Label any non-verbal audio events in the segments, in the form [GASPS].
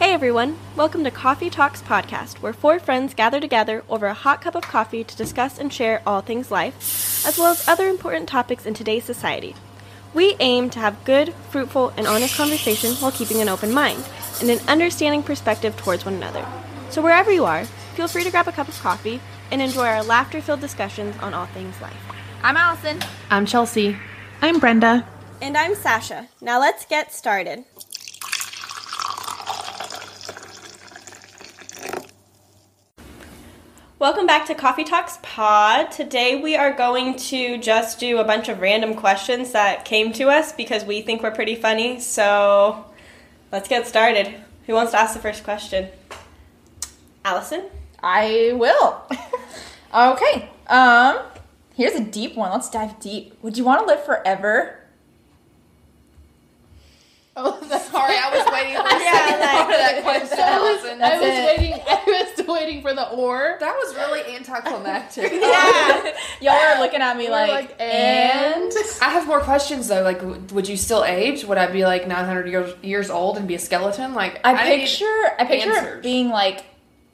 everyone. Welcome to Coffee Talks Podcast, where four friends gather together over a hot cup of coffee to discuss and share all things life, as well as other important topics in today's society. We aim to have good, fruitful, and honest conversation while keeping an open mind and an understanding perspective towards one another. So, wherever you are, feel free to grab a cup of coffee and enjoy our laughter filled discussions on all things life. I'm Allison. I'm Chelsea. I'm Brenda. And I'm Sasha. Now, let's get started. Welcome back to Coffee Talks Pod. Today we are going to just do a bunch of random questions that came to us because we think we're pretty funny. So let's get started. Who wants to ask the first question? Allison? I will. [LAUGHS] okay. Um, here's a deep one. Let's dive deep. Would you want to live [LAUGHS] forever? Oh, that's sorry. I was waiting for Yeah, that [LAUGHS] question. Allison. I was waiting. I was waiting for the or. That was really [LAUGHS] anticlimactic. Yeah. Y'all are looking at me We're like, like, and? I have more questions though. Like, w- would you still age? Would I be like 900 years, years old and be a skeleton? Like, I need- picture. I picture answers. it being like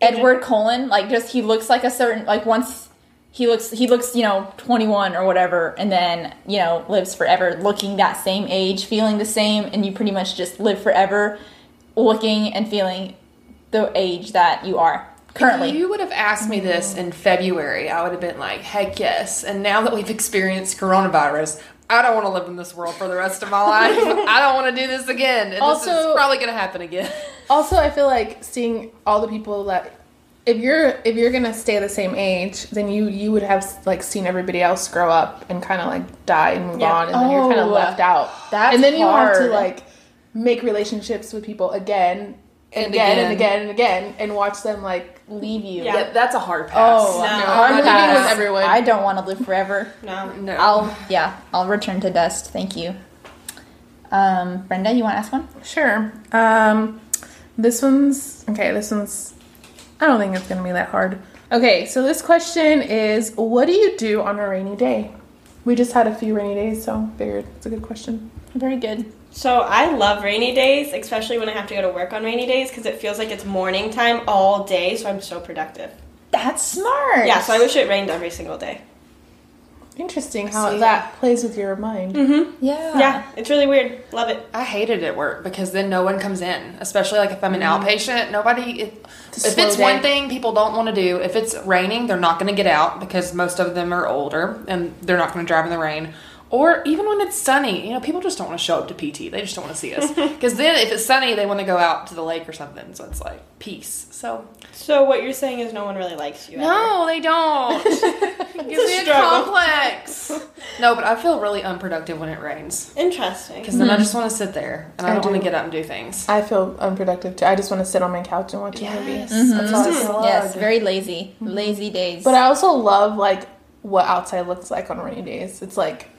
Edward Cullen. Like, just he looks like a certain. Like once he looks, he looks, you know, 21 or whatever, and then you know lives forever, looking that same age, feeling the same, and you pretty much just live forever, looking and feeling the age that you are currently. If you would have asked me this in February, I would have been like, heck yes. And now that we've experienced coronavirus, I don't want to live in this world for the rest of my life. I don't want to do this again. And this is Also- probably going to happen again. Also, I feel like seeing all the people that if you're if you're gonna stay the same age, then you you would have like seen everybody else grow up and kind of like die and move on, and then you're kind of Oh, left out. that's and then you have hard. to like make relationships with people again and, And again, and again. again and again, and watch them like leave [LAUGHS] you. Yeah. that's a hard pass. Oh, No. no. I'm leaving pass. with everyone. I don't want to live forever. No. no. I'll yeah, I'll return to dust. Thank you. Um, Brenda, you want to ask one? Sure. Um, this one's okay. This one's. I don't think it's gonna be that hard. Okay, so this question is, what do you do on a rainy day? We just had a few rainy days, so figured it's a good question. Very good. So I love rainy days, especially when I have to go to work on rainy days because it feels like it's morning time all day, so I'm so productive. That's smart. Yeah, so I wish it rained every single day. Interesting how See. that plays with your mind. Mm-hmm. Yeah. Yeah, it's really weird. Love it. I hate it at work because then no one comes in, especially like if I'm an outpatient. Nobody. If, It's a if it's slow one day. thing people don't want to do, if it's raining, they're not going to get out because most of them are older and they're not going to drive in the rain. Or even when it's sunny, you know, people just don't want to show up to PT. They just don't want to see us [LAUGHS] because then if it's sunny, they want to go out to the lake or something. So it's like peace. So So what you're saying is no one really likes you. ever. no, they [LAUGHS] don't. Gives me a struggle. complex. no, but I feel really unproductive when it rains Interesting. because then I just want to sit there and Mm-hmm. I, I don't want to do. get up and do things. I feel unproductive too. I just want to sit on my couch and watch a movie. Mm-hmm. That's all I feel. Yes. Very lazy. Lazy days. But I also love like what outside looks like on rainy days. It's like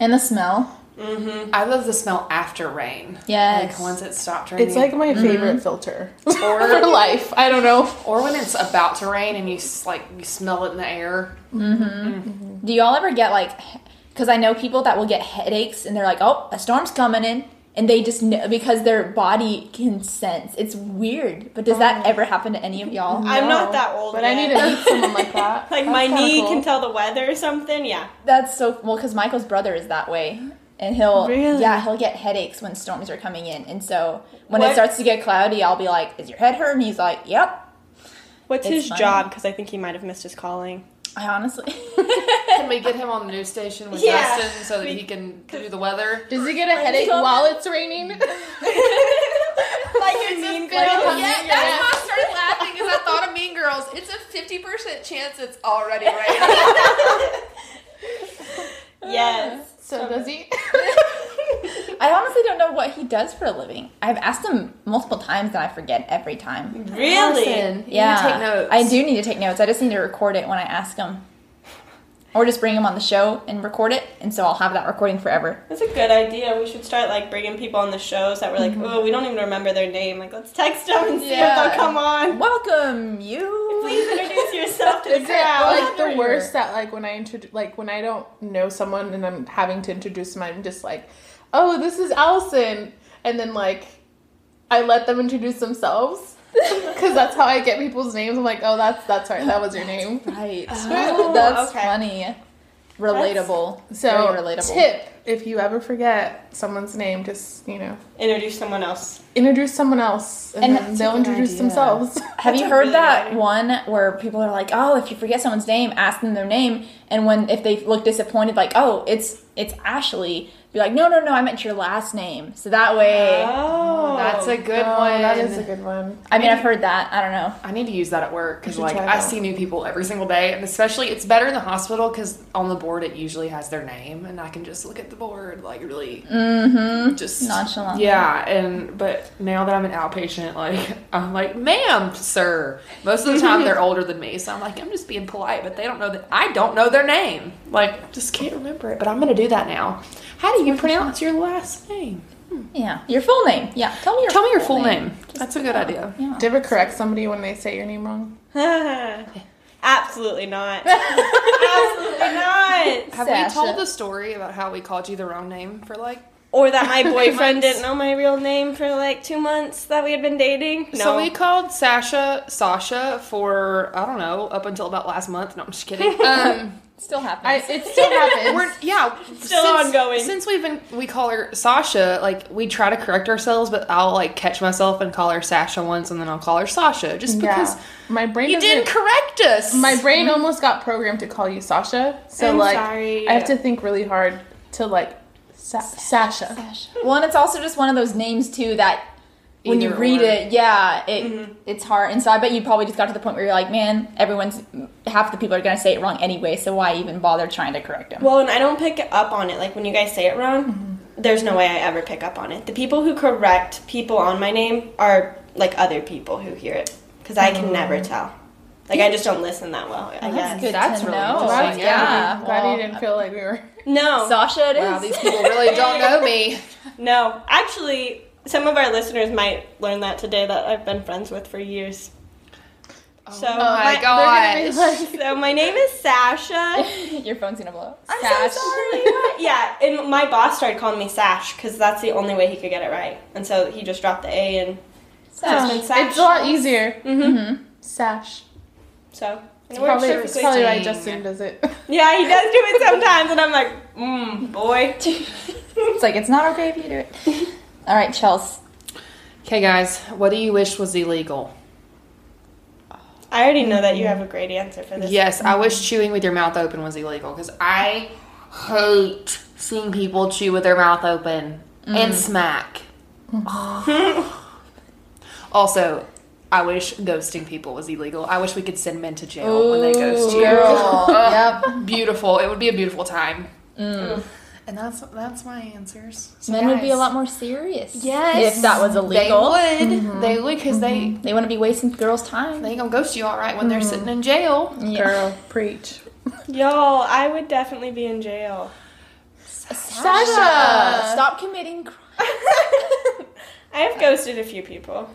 and the smell. I love the smell after rain. Yes. Like once it stopped raining. it's like my favorite Mm-hmm. filter [LAUGHS] for or, life. I don't know. or when it's about to rain and you s- like you smell it in the air. Do y'all ever get like? Because I know people that will get headaches, and they're like, "Oh, a storm's coming in," and they just know because their body can sense. It's weird. But does that ever happen to any of y'all? I'm not No, that old. But I yet. need to meet someone like [LAUGHS] that. Like That's my kinda knee cool. can tell the weather or something. Yeah. That's so well because Michael's brother is that way, and he'll Really? yeah he'll get headaches when storms are coming in, and so when What? it starts to get cloudy, I'll be like, "Is your head hurting?" He's like, "Yep." What's It's his fine. job? Because I think he might have missed his calling. I honestly, [LAUGHS] Can we get him on the news station with Yeah. Justin so that We- he can do the [LAUGHS] weather? Does he get a headache so- while it's raining? [LAUGHS] Like your mean Girls? girl. Yeah, that's why I started laughing because I thought of Mean Girls. It's a fifty percent chance it's [LAUGHS] already raining. Ah. Yes. so does he? I honestly don't know what he does for a living. I've asked him multiple times, and I forget every time. Really? Yeah, take notes. I do need to take notes. I just need to record it when I ask him, or just bring him on the show and record it, and so I'll have that recording forever. That's a good idea. We should start like bringing people on the shows that were Mm-hmm. like, oh, we don't even remember their name. Like, let's text them and see if Yeah. they'll come on. Welcome you. Please introduce yourself to the Is it crowd. like the worst that like when I introduce like when I don't know someone and I'm having to introduce them, I'm just like, oh, this is Allison, and then like I let them introduce [LAUGHS] themselves because that's how I get people's names. I'm like, oh, that's that's right. That [GASPS] was your name. Right. Oh, [LAUGHS] That's okay. funny. Relatable. So Very relatable. tip: if you ever forget someone's name, just you know Introduce someone else. introduce someone else, and, And then that's a they'll good introduce idea. [LAUGHS] themselves. Have you That's a heard really that good- one where people are like, "Oh, if you forget someone's name, ask them their name." And when if they look disappointed, like, "Oh, it's it's Ashley," be like, "No, no, no, I meant your last name." So that way, Oh, That's a good Oh, one. That is a good one. I mean, I've heard that. I don't know. I need to use that at work because You should like try I that. see new people every single day, and especially it's better in the hospital because on the board it usually has their name, and I can just look at the board like really just Nonchalant. Yeah, and but now that I'm an outpatient, like I'm like, ma'am, sir. Most of the time they're older than me, so I'm like, I'm just being polite, but they don't know that I don't know their name. Like, just can't remember it, but I'm gonna do that now. How do you pronounce your last name? Yeah, your full name. Yeah, tell me your Tell me your full name. That's a good idea. Yeah. Do you ever correct somebody when they say your name wrong? [LAUGHS] Absolutely not. Absolutely not. Have Sasha. we told the story about how we called you the wrong name for like? Or that my boyfriend months. didn't know my real name for like two months that we had been dating. No. So we called Sasha Sasha for I don't know up until about last month. No, I'm just kidding. Um, Still happens. I, it still happens. we're yeah, Still since, ongoing. Since we've been we call her Sasha. Like we try to correct ourselves, but I'll like catch myself and call her Sasha once, and then I'll call her Sasha just because yeah. my brain you doesn't- didn't correct us. my brain almost got programmed to call you Sasha. So I'm like sorry. I have to think really hard to like Sa- Sasha. well, and it's also just one of those names too that when you Either read or. it, yeah, it it's hard. And so I bet you probably just got to the point where you're like, man, everyone's half the people are gonna say it wrong anyway, so why even bother trying to correct them? Well, and I don't pick up on it. Like when you guys say it wrong, there's no way I ever pick up on it. The people who correct people on my name are like other people who hear it because I can never tell. Like I just don't listen that well. I that's guess. good That's to really know. interesting. yeah, That's Oh I'm glad well, you didn't feel like we were. No, Sasha, it is. [LAUGHS] wow, [LAUGHS] these people really don't know [LAUGHS] me. no. Actually, some of our listeners might learn that today that I've been friends with for years. So oh my, my- They're gosh. gonna be [LAUGHS] like- So my name is Sasha. Your phone's gonna blow. up. I'm Sash. so sorry. yeah, and my boss started calling me Sash because that's the only way he could get it right, and so he just dropped the A and Sash. been Sash. It's a lot easier. Mhm. Sash. so. It's Probably, it's probably why Interesting. Justin does it. Yeah, he does do it sometimes, and I'm like, mm, boy. It's like it's not okay if you do it. All right, Chels. Okay, guys, what do you wish was illegal? I already know that you have a great answer for this. Yes, I wish chewing with your mouth open was illegal because I hate seeing people chew with their mouth open Mm. and [LAUGHS] smack. also, I wish ghosting people was illegal. I wish we could send men to jail when they ghost you. girl. [LAUGHS] [LAUGHS] yep. Beautiful. It would be a beautiful time. And that's that's my answers. So Mm. Men would be a guys, lot more serious. Yes. If that was They illegal, Mm-hmm. they, would. They would because they wouldn't be wasting girls' time. they gonna ghost you all right when they're Mm-hmm. sitting in jail. Yeah. Girl, preach. Y'all, I would definitely be in jail. Sasha, stop committing crime. I have ghosted a few people.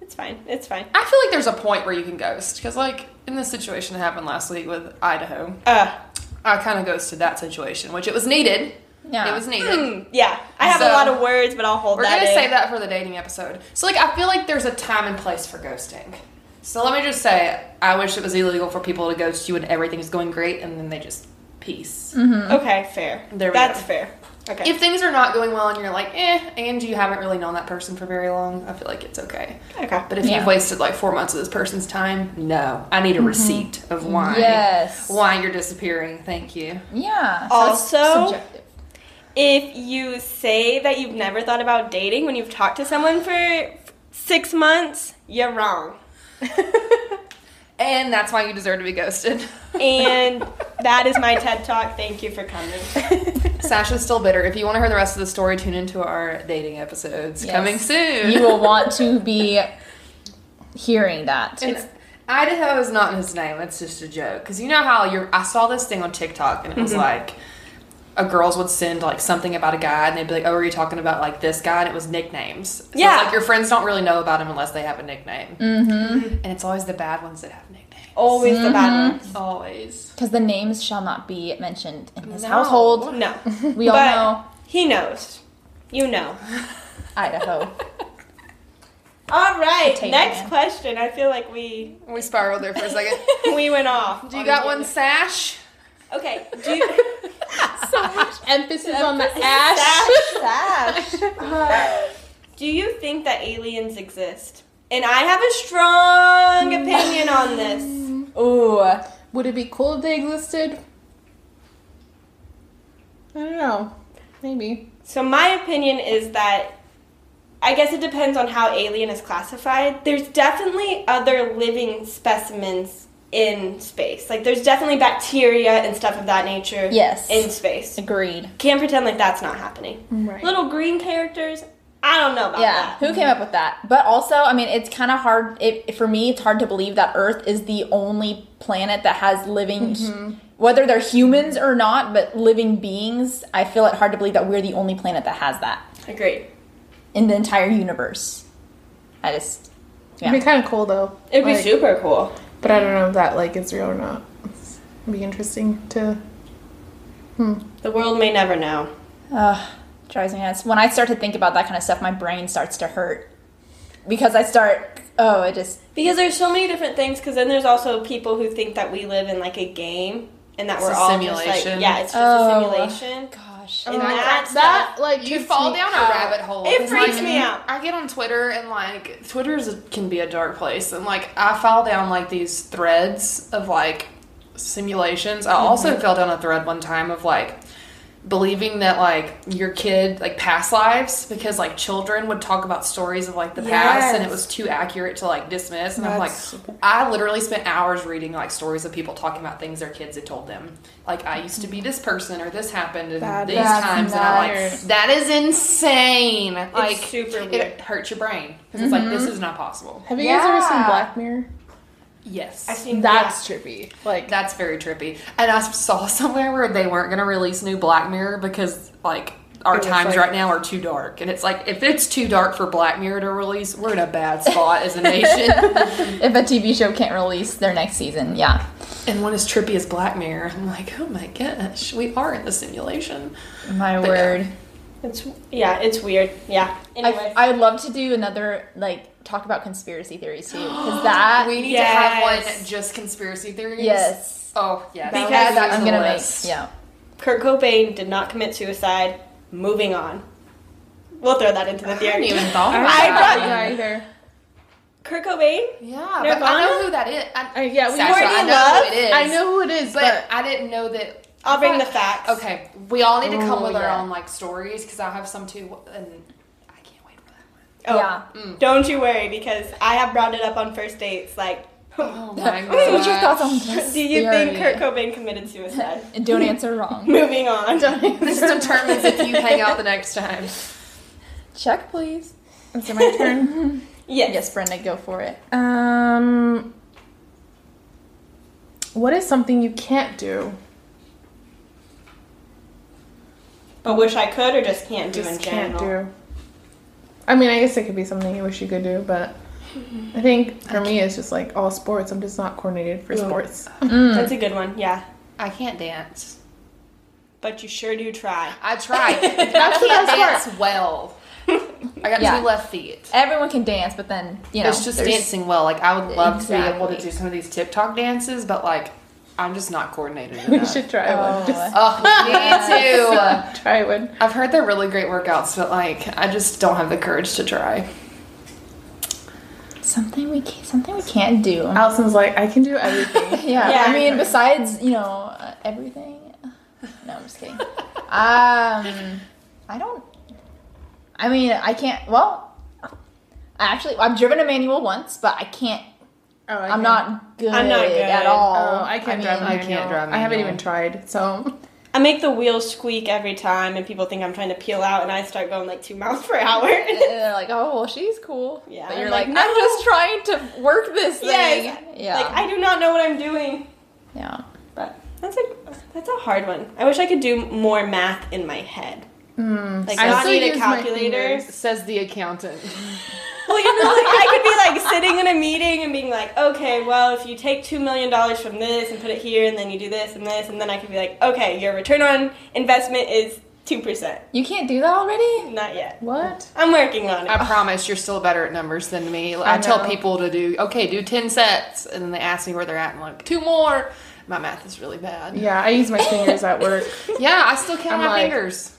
It's fine. It's fine. I feel like there's a point where you can ghost because, like, in this situation that happened last week with Idaho, Uh, [CLEARS THROAT] I kind of ghosted that situation, which it was needed. Yeah. It was needed. mm, yeah, I have a So- lot of words, but I'll hold We're that gonna in. save that for the dating episode. So, like, I feel like there's a time and place for ghosting. So let me just say, I wish it was illegal for people to ghost you and everything's going great, and then they just peace. Hmm. Okay, fair. There we That's go. fair. Okay. If things are not going well and you're like, eh, and you haven't really known that person for very long, I feel like it's okay. okay. But if Yeah. Mm-hmm. you've wasted like four months of this person's time, no, I need a receipt of why. Yes. why you're disappearing. Thank you. Yeah. So it's Also, subjective. if you say that you've never thought about dating when you've talked to someone for six months, you're [LAUGHS] wrong. And that's why you deserve to be [LAUGHS] ghosted. And that is my TED talk. Thank you for coming. [LAUGHS] Sasha's still bitter. If you want to hear the rest of the story, tune into our dating episodes Yes. coming soon. you will want to be hearing that. It's- Idaho is not his name. It's just a joke. Because you know how you're. I saw this thing on TikTok and it was like. A girls would send like something about a guy, and they'd be like, "Oh, were you talking about like this guy?" And it was nicknames. So it's Yeah. like your friends don't really know about him unless they have a nickname. And it's always the bad ones that have nicknames. Always the Mm-hmm. bad ones. Always. Because the names shall not be mentioned in this No. household. No. [LAUGHS] We all But know He knows. You know. [LAUGHS] Idaho. right, Potato next man. question. I feel like we We spiraled there for a second. [LAUGHS] we went off. [LAUGHS] Do you got one sash? Okay. Do you, so much emphasis on the ash. Sash. Sash. [LAUGHS] Do you think that aliens exist? And I have a strong opinion on this. Ooh, Would it be cool if they existed? I don't know. Maybe. So my opinion is that I guess it depends on how alien is classified. There's definitely other living specimens in space. Like there's definitely bacteria and stuff of that nature Yes. in space. agreed. Can't pretend like that's not happening. Right. Little green characters, I don't know about Yeah, that. who came up with that? But also, I mean, it's kind of hard. It, for me, it's hard to believe that Earth is the only planet that has living, Mm-hmm. whether they're humans or not, but living beings. I feel it hard to believe that we're the only planet that has that Agreed. in the entire universe. I just, yeah. It'd be kind of cool though. It'd be Like, super cool. But I don't know if that like is real or not. It's- It'd be interesting to. The world may never know. Ugh, drives me nuts. When I start to think about that kind of stuff, my brain starts to hurt because I start. Oh, it just Because there's so many different things. Because then there's also people who think that we live in like a game and that It's we're a all just like simulation. yeah, it's just Oh. a simulation. gosh. And that, that, that like You gets fall me down out. a rabbit hole. It 'Cause, freaks like, me out. I get on Twitter and like Twitter is a- can be a dark place, and like I fall down like these threads of like simulations. I also fell down a thread one time of like believing that like your kid like past lives because like children would talk about stories of like the past and it Yes. was too accurate to like dismiss and That's- i'm like i literally spent hours reading like stories of people talking about things their kids had told them like i used to be this person or this happened and That- these that's times and i'm like nuts. that is insane. Like super weird. It hurts your brain because it's like this is not possible. Have you guys ever seen Yeah. Black Mirror? I've Yes. seen That's trippy. Like That's very trippy. And I saw somewhere where they weren't going to release new Black Mirror because like our was times like- right now are too dark. And it's like if it's too dark for Black Mirror to release, we're in a bad spot as a nation. If a TV show can't release their next season, yeah. and one as trippy as Black Mirror, I'm like, oh my gosh, we are in the simulation. My But word. [GASPS] that. It's yeah, it's weird. Yeah. Anyway, I, I would love to do another, like, talk about conspiracy theories [GASPS] too. Because that. We need to have Yes. one just conspiracy theories. yes. Oh yes. Because Add that to I'm the gonna make. list. Yeah. Kurt Cobain did not commit suicide. Moving on. We'll throw that into the I hadn't theory. [LAUGHS] even thought about I that. don't either. Kurt Cobain. Yeah, but I Nirvana? know who that is. Uh, I, yeah, we Sasha, already I know love- who it is. I know who it is, but, but, I didn't know that. I'll bring the facts. Okay, we all need to come Ooh, with yeah. our own like stories because I have some too, and I can't wait for that Oh, Yeah. Don't you worry because I have brought it up on first dates. Like, [LAUGHS] [LAUGHS] one. Oh my So what's your thoughts on this? do you think Kurt theory? Cobain committed suicide? [LAUGHS] And Don't answer wrong. Moving on. [LAUGHS] This determines if you hang out the next time. Check, please. is it my turn? Yes. Yes, Brenda, go for it. um, what is something you can't do? But wish I could or just can't do Just in general. can't do. I mean, I guess it could be something you wish you could do, but I think for me, it's just like all sports. I'm just not coordinated for sports. That's a Hmm. good one. Yeah. I can't dance. But you sure do try. I tried. I That's the can't best part. dance well. I got Yeah. two left feet. Everyone can dance, but then, you know. it's just there's- dancing well. Like I would love to be able to do Exactly. some of these TikTok dances, but like I'm just not coordinated We enough. should try Oh. one. Just [LAUGHS] oh, me too. try one. I've heard they're really great workouts, but like I just don't have the courage to try. Something we can't, something we can't do. Allison's like, I can do everything. [LAUGHS] Yeah, Yeah. I mean, besides, you know, uh, everything. No, I'm just kidding. um, I don't. I mean, I can't. Well, I actually, I've driven a manual once, but I can't. Oh, I I'm not good, I'm not good. at all. Oh, I can't drive. I manual. can't drive I haven't manual. even tried. So [LAUGHS] I make the wheels squeak every time, and people think I'm trying to peel out, and I start going like two [LAUGHS] miles per hour. And they're like, oh, well, she's cool. Yeah, but you're I'm like, like, I'm no. just trying to work this [LAUGHS] thing. yes. Yeah, Like I do not know what I'm doing. yeah. But that's a that's a hard one. I wish I could do more math in my head. like Hmm. I not still need a use my calculator. fingers. Says the accountant. Well, you know, like I could be like sitting in a meeting and being like, okay, well, if you take two million dollars from this and put it here, and then you do this and this, and then I could be like, okay, your return on investment is Two percent. You can't do that already? Not yet. What? I'm working on it. [LAUGHS] I promise you're still better at numbers than me. I, tell know. people to do, okay, do 10 sets. And then they ask me where they're at and like, two more. My math is really bad. Yeah, Yeah, I use my fingers at work. I still count I'm my like- fingers.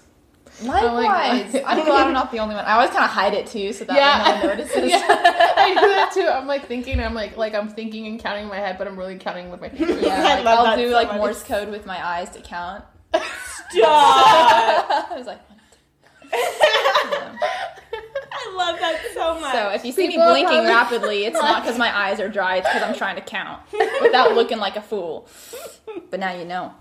Likewise. God. I'm glad I'm not the only one. I always kind of hide it too, so that Yeah. way no one notices. Yeah, I do that too. I'm like thinking, I'm like, like I'm thinking and counting in my head, but I'm really counting with my [LAUGHS] fingers. Yeah, I like, love I'll that do so like much. Morse code with my eyes to count. Stop. I was like, [LAUGHS] I love that so much. so if you see me People are blinking probably- rapidly, it's not because my eyes are dry; it's because I'm trying to count without looking like a fool. But now you know.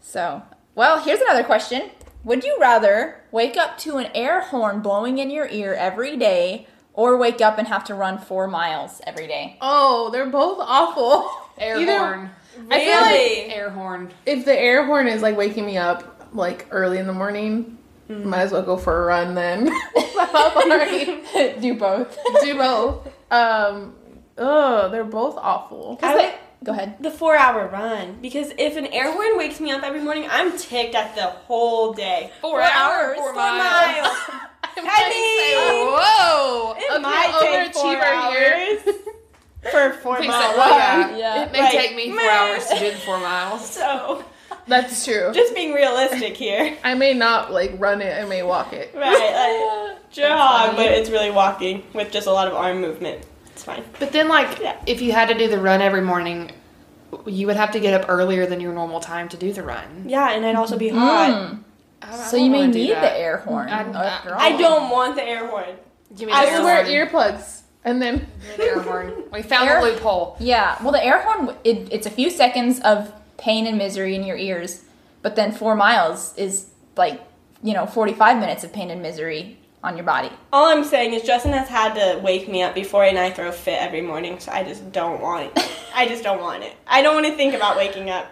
So, well, here's another question: Would you rather wake up to an air horn blowing in your ear every day, or wake up and have to run four miles every [LAUGHS] day? Oh, they're both awful. Air Either- horn. I feel like Really? Air horn. if the air horn is like waking me up like early in the morning, Mm. might as well go for a run then. [LAUGHS] I've already [LAUGHS] Do both. do both. Um, oh, they're both awful. [LAUGHS] I would- Go ahead. the four hour run because if an air horn wakes me up every morning, I'm ticked at the whole day. Four, hours, Four four miles. I Whoa. mean, Okay, it might take four overachiever here. hours [LAUGHS] for four Fix it. miles. Yeah. Yeah. It may Like, take me four meh. hours to do the four miles. So That's true. just being realistic here, I may not like run it. I may walk it. right? Like, jog, but it's really walking with just a lot of arm movement. It's fine. But then, like, Yeah. if you had to do the run every morning, you would have to get up earlier than your normal time to do the run. Yeah, and I'd also be hot. I- I So don't you may wanna do need that. the air horn. I- I- after all. I don't want the air horn. Give me I the would I air wear horn. earplugs and then Give me the air [LAUGHS] horn. We found Air- the loophole. Yeah, well, the air horn, it, it's a few seconds of pain and misery in your ears, but then four miles is like, you know, 45 minutes of pain and misery on your body. All I'm saying is Justin has had to wake me up before and I throw a fit every morning, so I just don't want it. I just don't want it. I don't want to think about waking up.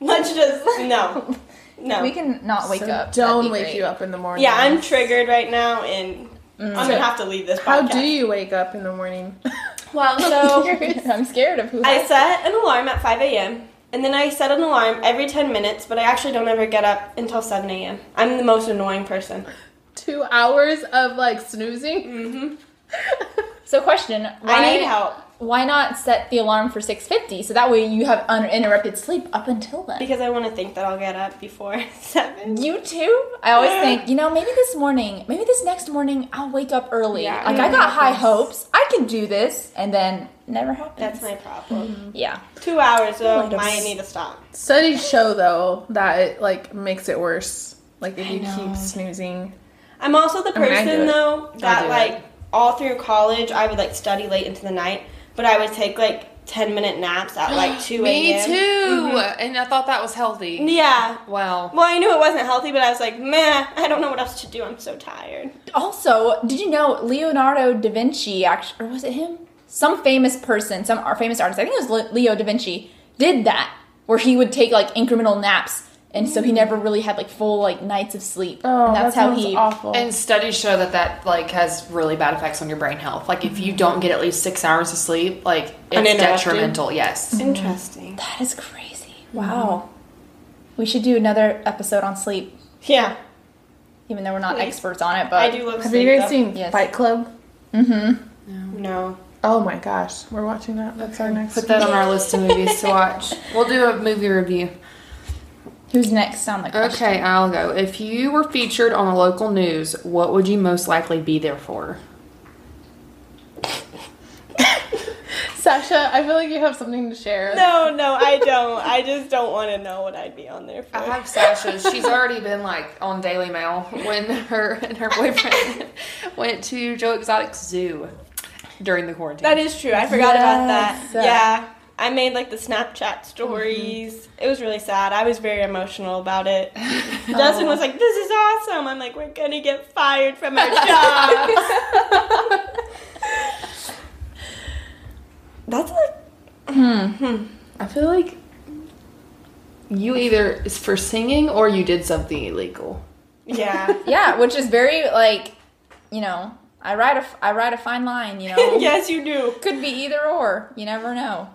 Let's just [LAUGHS] no, no. We can not wake So up. Don't wake [LAUGHS] you up in the morning. yeah, I'm triggered right now, and I'm gonna have to leave this. Podcast. How do you wake up in the morning? [LAUGHS] Well, [LAUGHS] so I'm scared of who I set an alarm at 5 a.m. and then I set an alarm every 10 minutes, but I actually don't ever get up until 7 a.m. I'm the most annoying person. Two hours of like snoozing. Mm-hmm. [LAUGHS] So, question why, I need help Why not set the alarm for 6.50 so that way you have uninterrupted sleep up until then? because I want to think that I'll get up before [LAUGHS] seven. You too? I always think, you know, maybe this morning, maybe this next morning, I'll wake up early. Yeah. like, I got high hopes. I can do this. And then never happens. That's my Mm-hmm. problem. Yeah. Two hours though, Light ups. I need to stop. Studies show though that it like makes it worse. Like if you know. keep snoozing. I'm also the I mean, I person do it. though that do it. like all through college I would like study late into the night, but I would take like ten minute naps at [GASPS] like two Me a.m. too. Mm-hmm. And I thought that was healthy. Yeah. Wow. Well, I knew it wasn't healthy, but I was like, meh, I don't know what else to do. I'm so tired. Also, did you know Leonardo da Vinci, actually, or was it him? Some famous person, some our famous artist, I think it was Le- Leo da Vinci, did that, where he would take like incremental naps. And so he never really had like full like nights of sleep. Oh, and that's that's how that sounds he. awful. And studies show that that like has really bad effects on your brain health. Like if you don't get at least six hours of sleep, like it's Uninterrupted. detrimental. Yes. Interesting. That is crazy. Wow. We should do another episode on sleep, Yeah, even though we're not Please. experts on it. But mm-hmm. I do love. Have sleep, you guys though. seen Yes. Fight Club? No. Oh my gosh, we're watching that. That's our next. Put that on our list of movies to [LAUGHS] watch. We'll do a movie review. Who's next? Sound like Okay, I'll go. If you were featured on a local news, what would you most likely be there for? Sasha, I feel like you have something to share. No, no, I don't. I just don't want to know what I'd be on there for. I have Sasha. She's already been like on Daily Mail when her and her boyfriend [LAUGHS] went to Joe Exotic's zoo during the quarantine. That is true. I forgot Yes. about that. Yeah. I made like the Snapchat stories. Mm-hmm. It was really sad. I was very emotional about [LAUGHS] it. Justin Oh. was like, "This is awesome." I'm like, "We're gonna get fired from our [LAUGHS] jobs." That's like I feel like you either is for singing or you did something illegal. yeah. Yeah, which is very like, you know, I ride a f- I ride a fine [LAUGHS] line. You [LAUGHS] know, yes, you do. could be either or. You never know.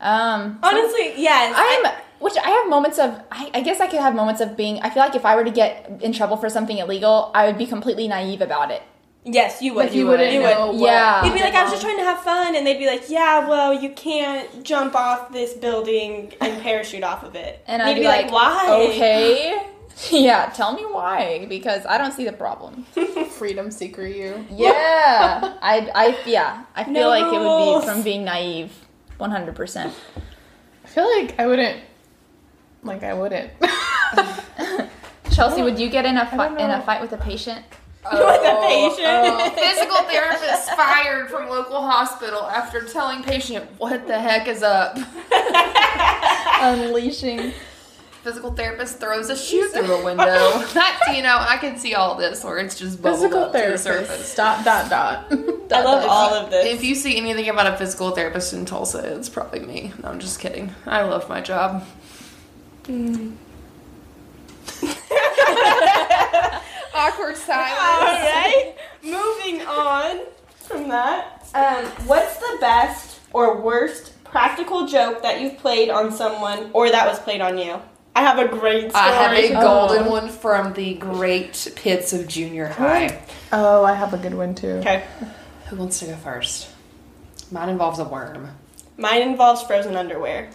Um, Honestly, yes. I'm Which I have moments of, I, I guess I could have moments of being, I feel like if I were to get in trouble for something illegal, I would be completely naive about it. Yes, you would. Like you wouldn't You know. would. what- yeah. You'd be like, I was just trying to have fun, and they'd be like, Yeah, well, you can't jump off this building and parachute off of it. and you'd I'd be, like, Why? Okay. [LAUGHS] yeah, tell me why, because I don't see the problem. [LAUGHS] Freedom seeker, you. Yeah, I, I, yeah, I feel like it would No. be from being naive, one hundred percent. [LAUGHS] I feel like I wouldn't. Like I wouldn't. [LAUGHS] Chelsea, would you get in a don't fight in a know. fight with a patient? [LAUGHS] With a patient. Physical therapist fired from local hospital after telling patient what the heck is up. Unleashing. Physical therapist throws a shoe through a window. [LAUGHS] That's you know, I can see all this where it's just bubbled Physical up to the therapist. surface. Dot dot dot. I love all of this. If you see anything about a physical therapist in Tulsa, it's probably me. No, I'm just kidding. I love my job. Mm. [LAUGHS] [LAUGHS] Awkward All silence. right. Moving on from that. Um, what's the best or worst practical joke that you've played on someone or that was played on you? I have a great story. I have a Oh. golden one from the great pits of junior high. Oh, I have a good one too. [LAUGHS] okay. Who wants to go first? Mine involves a worm. Mine involves frozen underwear.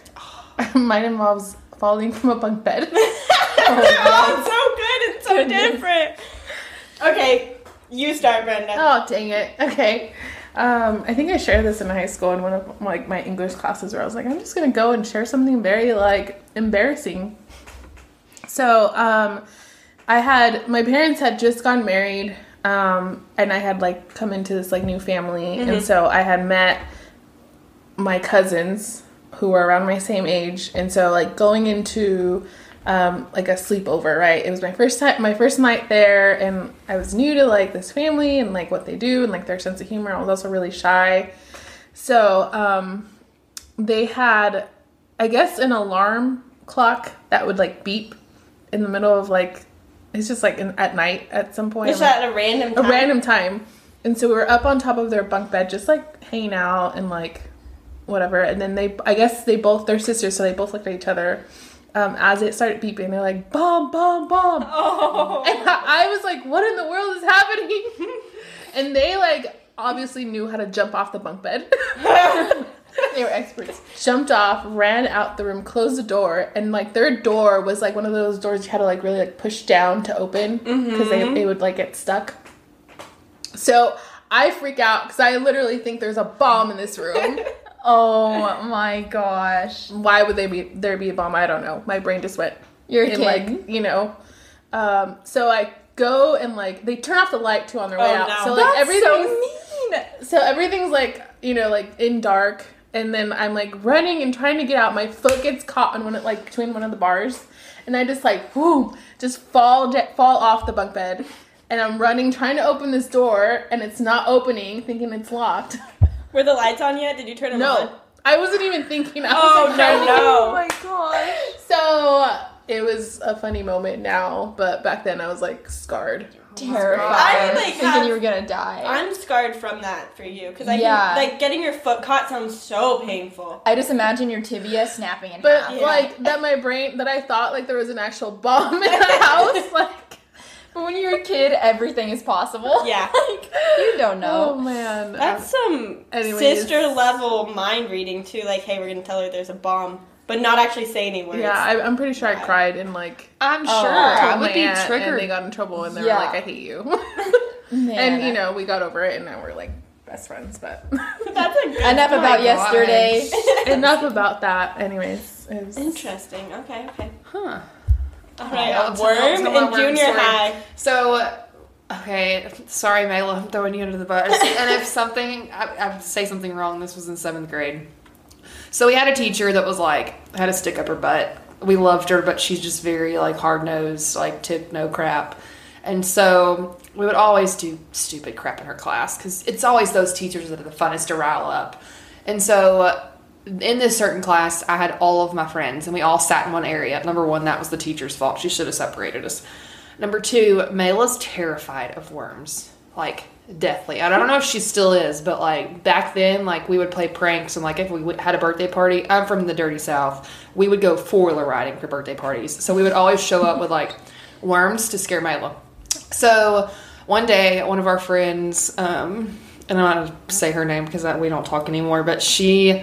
Mine involves falling from a bunk bed. [LAUGHS] Oh, They're all so good and so different. Okay, you start, Brenda. Oh dang it! Okay, um, I think I shared this in high school in one of like my English classes where I was like, I'm just gonna go and share something very like embarrassing. So um, I had my parents had just gone married, um, and I had like come into this like new family, and so I had met my cousins who were around my same age and so like going into um, like a sleepover right it was my first time my first night there and i was new to like this family and like what they do and like their sense of humor i was also really shy so um, they had i guess an alarm clock that would like beep in the middle of like it's just like in, at night at some point Just I'm like- at a random a time. random time. And so we were up on top of their bunk bed, just like hanging out and like whatever. And then they, I guess they both, they're sisters, so they both looked at each other. Um, as it started beeping, they're like, bomb, bomb, bomb. Oh. And I I was like, what in the world is [LAUGHS] happening? and they like obviously knew how to jump off the bunk bed. [LAUGHS] they were experts. Jumped off, ran out the room, closed the door, and like their door was like one of those doors you had to like really like push down to open because they, they would like get stuck. So I freak out because I literally think there's a bomb in this [LAUGHS] room. Oh my gosh, Why would they be there be a bomb? I don't know. My brain just went you're a and kid. like you know um so i go and like they turn off the light too on their way Oh, out no. so like That's everything's so mean. so everything's like you know like in dark and then i'm like running and trying to get out my foot gets caught on one of like between one of the bars and i just like whoo just fall de- fall off the bunk bed and i'm running trying to open this door and it's not opening thinking it's locked [LAUGHS] Were the lights on yet? Did you turn them on? no [LAUGHS] i wasn't even thinking i was Oh, like no, running. no. [LAUGHS] gosh. So it was a funny moment now, but back then I was like scarred. Terrified. I would, like, thinking have- you were gonna die. I'm scarred from that for you because I Yeah. can, like getting your foot caught sounds so painful. I just imagine your tibia snapping in But half. Yeah. like that, my brain that I thought like there was an actual bomb in the house. Like, But when you're a kid, everything is possible. [LAUGHS] [LAUGHS] Yeah. like, you don't oh know. man, That's some Anyways. sister level mind reading too. Like, hey, we're gonna tell her there's a bomb, but not actually say any words. Um, yeah. I, I'm pretty sure I cried and like. I'm sure told Oh, I my would be aunt, And they triggered. got in trouble, and they Yeah. were like, "I hate you." Oh, Man, and I- you know, we got over it, and now we're like best friends. But That's a good. enough point. about gosh. yesterday. enough about that. Anyways, it was, Interesting. Okay. Okay. Huh. All [LAUGHS] right. I'll a tell- I'll worm tell my in worm junior story. high. So, okay, sorry, Mayla, I'm throwing you under the bus. and if something, I, I would say something wrong. This was in seventh grade. So we had a teacher that was like had a stick up her butt. We loved her, but she's just very like hard nosed, like took no crap. And so we would always do stupid crap in her class because it's always those teachers that are the funnest to rile up. And so uh, in this certain class, I had all of my friends, and we all sat in one area. Number one, that was the teacher's fault. She should have separated us. Number two, Mayla's terrified of worms. Like deathly. I don't know if she still is, but like back then, like we would play pranks and like if we would, had a birthday party. I'm from the dirty south. We would go four wheeler riding for birthday parties, so we would always show up with like worms to scare Milo. So one day, one of our friends, um, and I'm not gonna say her name because we don't talk anymore, but she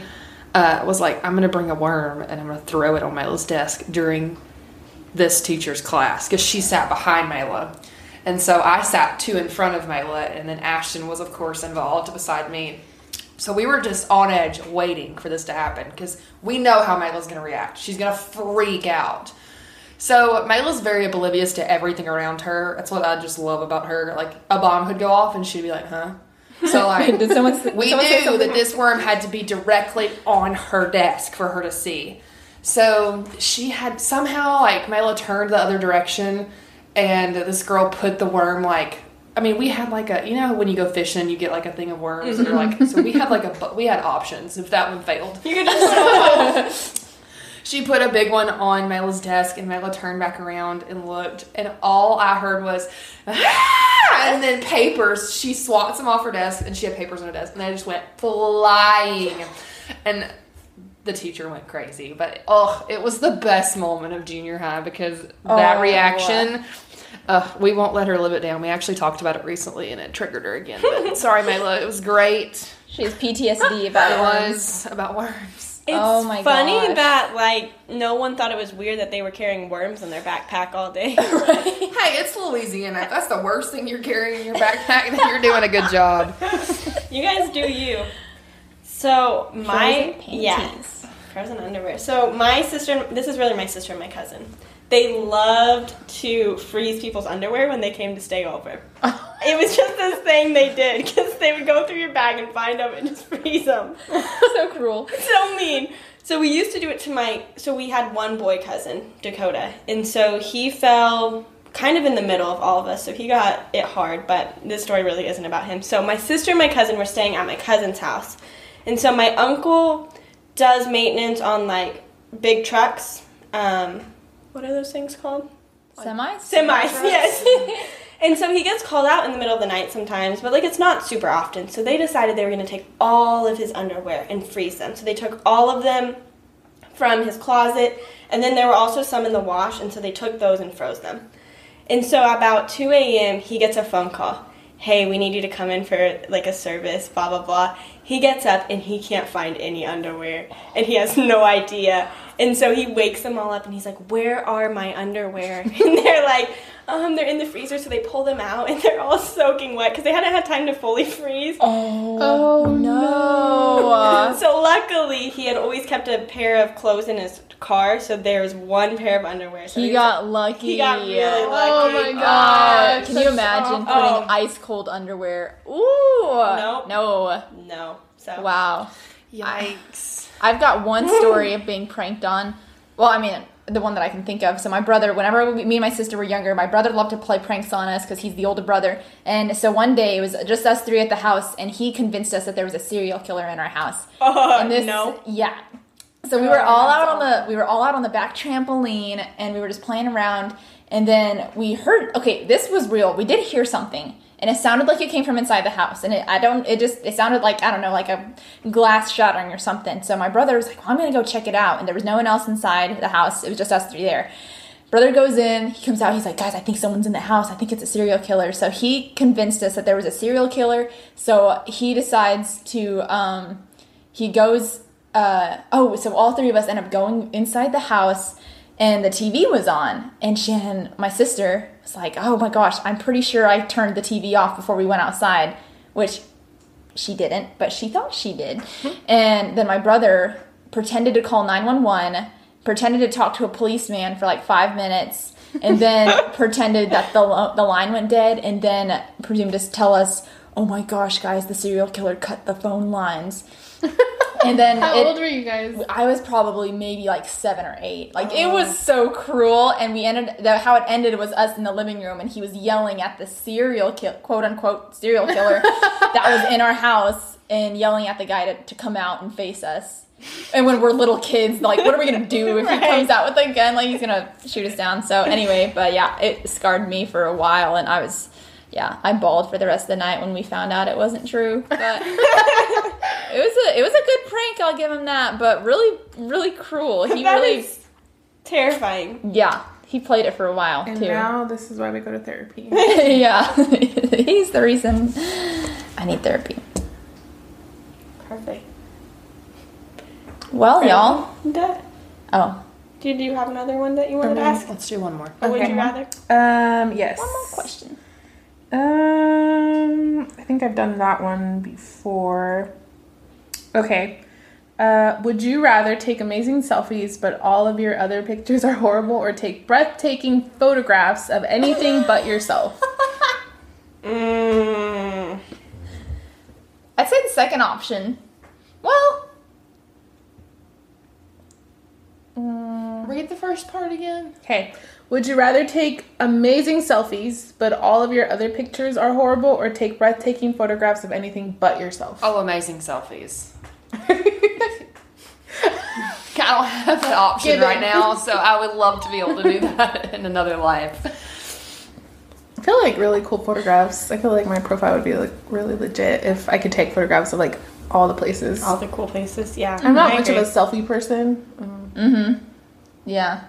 uh, was like, "I'm gonna bring a worm and I'm gonna throw it on Milo's desk during this teacher's class because she sat behind Mela. And so I sat two in front of Mela, and then Ashton was, of course, involved beside me. So we were just on edge waiting for this to happen because we know how Mela's going to react. She's going to freak out. So Mela's very oblivious to everything around her. That's what I just love about her. Like a bomb would go off, and she'd be like, huh? [LAUGHS] So like Did someone s- we someone say knew that this worm had to be directly on her desk for her to see. So she had somehow like Milo turned the other direction, and this girl put the worm like. I mean, we had like a you know when you go fishing, you get like a thing of worms. Or like so we had like a bu- we had options if that one failed. You could just She put a big one on Mila's desk, and Mila turned back around and looked, and all I heard was, "Ah!" and then papers. She swats them off her desk, and she had papers on her desk, and they just went flying. And the teacher went crazy, but oh, it was the best moment of junior high because that Oh. reaction. Uh, we won't let her live it down. We actually talked about it recently, and it triggered her again. But sorry, Mila, it was great. She has PTSD It about it. was about worms. It's Oh my funny gosh. that like no one thought it was weird that they were carrying worms in their backpack all day. [LAUGHS] Hey, it's Louisiana. If that's the worst thing you're carrying [LAUGHS] in your backpack, then you're doing a good job. you guys do you. So my Frozen yeah, panties. frozen underwear. So my sister, this is really my sister and my cousin. They loved to freeze people's underwear when they came to stay [LAUGHS] over. It was just this thing they did because they would go through your bag and find them and just freeze them. [LAUGHS] so cruel. so mean. So we used to do it to my. So we had one boy cousin, Dakota, and so he fell kind of in the middle of all of us. So he got it hard, but this story really isn't about him. So my sister and my cousin were staying at my cousin's house, and so my uncle does maintenance on like big trucks. Um, what are those things called? Semi. Semis, yes. [LAUGHS] and so he gets called out in the middle of the night sometimes, but like it's not super often. So they decided they were going to take all of his underwear and freeze them. So they took all of them from his closet, and then there were also some in the wash, and so they took those and froze them. And so about 2 a.m., he gets a phone call. Hey, we need you to come in for like a service, blah, blah, blah. He gets up and he can't find any underwear and he has [LAUGHS] no idea. And so he wakes them all up and he's like, Where are my underwear? [LAUGHS] And they're like, um, they're in the freezer, so they pull them out and they're all [LAUGHS] soaking wet because they hadn't had time to fully freeze. Oh, [LAUGHS] no. So luckily, he had always kept a pair of clothes in his car, so there was one pair of underwear. So he was- got lucky. he got really lucky. Oh Uh, my God. Gosh, can you that's imagine awful. putting ice cold underwear? Ooh, Nope. no, No. So wow. Yikes. I've got one story of being pranked on. Well, I mean, the one that I can think of. So my brother, whenever we- me and my sister were younger, my brother loved to play pranks on us because he's the older brother. And so one day it was just us three at the house, and he convinced us that there was a serial killer in our house. [LAUGHS] Oh, [LAUGHS] and this, no. yeah. So we were all out on the we were all out on the back trampoline, and we were just playing around. And then we heard. Okay, this was real. We did hear something. And it sounded like it came from inside the house, and it, I don't. It just it sounded like I don't know, like a glass shattering or something. So my brother was like, well, "I'm gonna go check it out," and there was no one else inside the house. It was just us three there. Brother goes in, he comes out, he's like, guys, I think someone's in the house. I think it's a serial killer. So he convinced us that there was a serial killer. So he decides to, um, he goes, uh, oh, so all three of us end up going inside the house and the TV was on. And Shannon, my sister, was like, oh my gosh, I'm pretty sure I turned the TV off before we went outside, which she didn't, but she thought she did. Mm-hmm. And then my brother pretended to call 911, pretended to talk to a policeman for like five minutes, and then [LAUGHS] pretended that the, lo- the line went dead, and then presumed to tell us, oh my gosh, guys, the serial killer cut the phone [LAUGHS] lines. And then How it- old were you guys? I was probably maybe like seven or eight. Like it was so cruel, and we ended. The, how it ended was us in the living room, and he was yelling at the serial kill, quote unquote serial killer that was in our house, and yelling at the guy to, to come out and face us. And when we're little kids, like what are we gonna do if he comes out with a gun? Like he's gonna shoot us down. So anyway, but yeah, it scarred me for a while, and I was yeah, I bawled for the rest of the night when we found out it wasn't true. But [LAUGHS] it was a it was a good prank. I'll give him that. But really, really cruel. [LAUGHS] He That really, is terrifying. yeah, he played it for a while And too. now this is why we go to therapy. [LAUGHS] yeah, [LAUGHS] he's the reason I need therapy. Perfect. Well, y'all. Dad, Oh, did you have another one that you wanted to Um, ask? Let's do one more. Or would okay. you rather? Um, yes. one more question. Um, I think I've done that one before. Okay. Uh, would you rather take amazing selfies but all of your other pictures are horrible or take breathtaking photographs of anything but yourself? [LAUGHS] Mm. I'd say the second option. Well, Read the first part again. Okay. Would you rather take amazing selfies but all of your other pictures are horrible or take breathtaking photographs of anything but yourself? Oh, amazing selfies. [LAUGHS] I don't have that option Give it. right now, so I would love to be able [LAUGHS] to do that in another life. I feel like really cool photographs. I feel like my profile would be like really legit if I could take photographs of like all the places. All the cool places, yeah. I'm not I much of agree. a selfie person. yeah.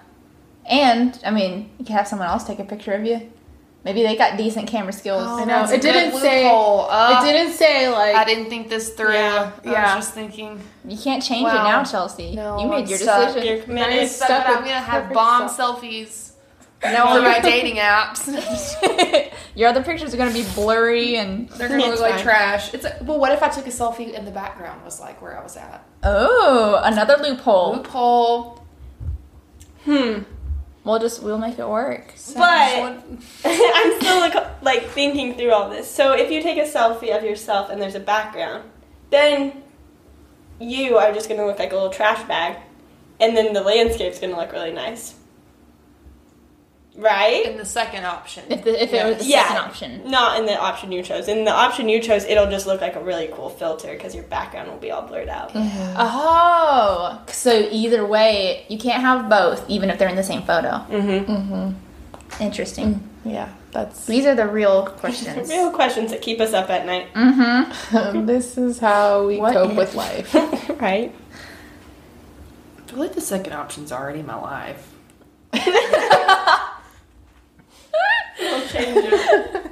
And I mean, you can have someone else take a picture of you. Maybe they got decent camera skills. Oh, I know it didn't say. Uh, it didn't say like. I didn't think this through. Yeah, yeah. I was just thinking. You can't change it Wow. now, Chelsea. No, you made I'm your stuck. decision. [LAUGHS] You're committed. Nice. Stuck But I'm with gonna have perfect bomb selfies. Now on my dating apps, [LAUGHS] Your other pictures are gonna be blurry and they're gonna It's look like fine. trash. It's a, well, what if I took a selfie and the background was like where I was at? oh, another loophole. Loophole. Hmm. We'll just we'll make it work. But [LAUGHS] I'm still like, like thinking through all this. So if you take a selfie of yourself and there's a background, then you are just gonna look like a little trash bag, and then the landscape's gonna look really nice, right? [LAUGHS] in the second option, If, the, if it was the Yeah. second option, Not in the option you chose. In the option you chose, it'll just look like a really cool filter because your background will be all blurred out. oh, so either way, you can't have both, even if they're in the same photo. Mm-hmm. Interesting. yeah, that's. These are the real questions. Real questions that keep us up at night, mm-hmm. [LAUGHS] this is how we What cope if- with life. [LAUGHS] [LAUGHS] right? I feel like the second option's already my life. We'll change it. [LAUGHS]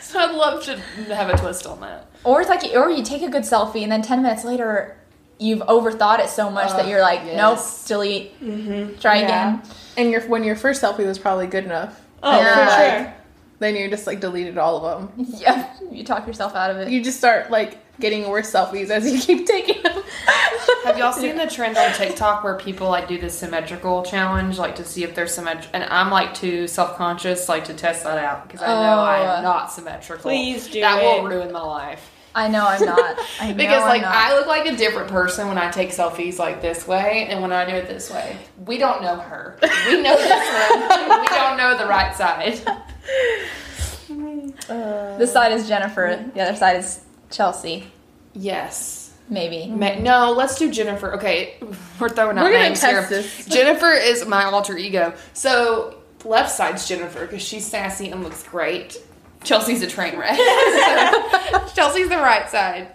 So I'd love to have a twist on that. Or it's like, or you take a good selfie, and then ten minutes later, you've overthought it so much Uh, that you're like, yes. nope, delete, try Yeah. again. [LAUGHS] And your when your first selfie was probably good enough. Oh, Yeah. for sure. Then you just like deleted all of them. Yeah, you talk yourself out of it. You just start like getting worse selfies as you [LAUGHS] keep taking them. Have y'all seen the trend on TikTok where people like do the symmetrical challenge, like to see if they're symmetrical? And I'm like too self conscious, like to test that out because I know I Oh. am not symmetrical. Please do That will it. ruin my life I know I'm not. I know because I'm like not. I look like a different person when I take selfies like this way and when I do it this way. We don't know her. We know [LAUGHS] this one. we don't know the right side. This side is Jennifer. The other side is Chelsea. Yes. Maybe. Ma- No, let's do Jennifer. Okay, we're throwing out We're gonna names test here. this. [LAUGHS] Jennifer is my alter ego. So left side's Jennifer because she's sassy and looks great. Chelsea's a train wreck. [LAUGHS] So, Chelsea's the right side.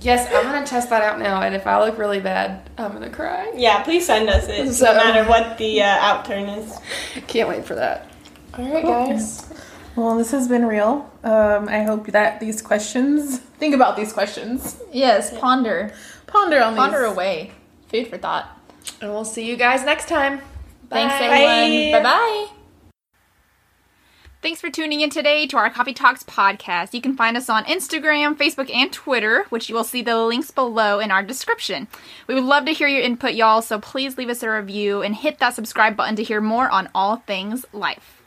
Yes, I'm gonna test that out now, and if I look really bad, I'm gonna cry. Yeah, please send us it. So- no matter what the uh, outturn is. Can't wait for that. All right, guys. Well, this has been real. Um, I hope that these questions. Think about these questions. Yes, ponder. Ponder on Ponder these. away. Food for thought. And we'll see you guys next time. Thanks, Bye. Bye. everyone. Bye bye. Thanks for tuning in today to our Coffee Talks podcast. You can find us on Instagram, Facebook, and Twitter, which you will see the links below in our description. We would love to hear your input, y'all, so please leave us a review and hit that subscribe button to hear more on all things life.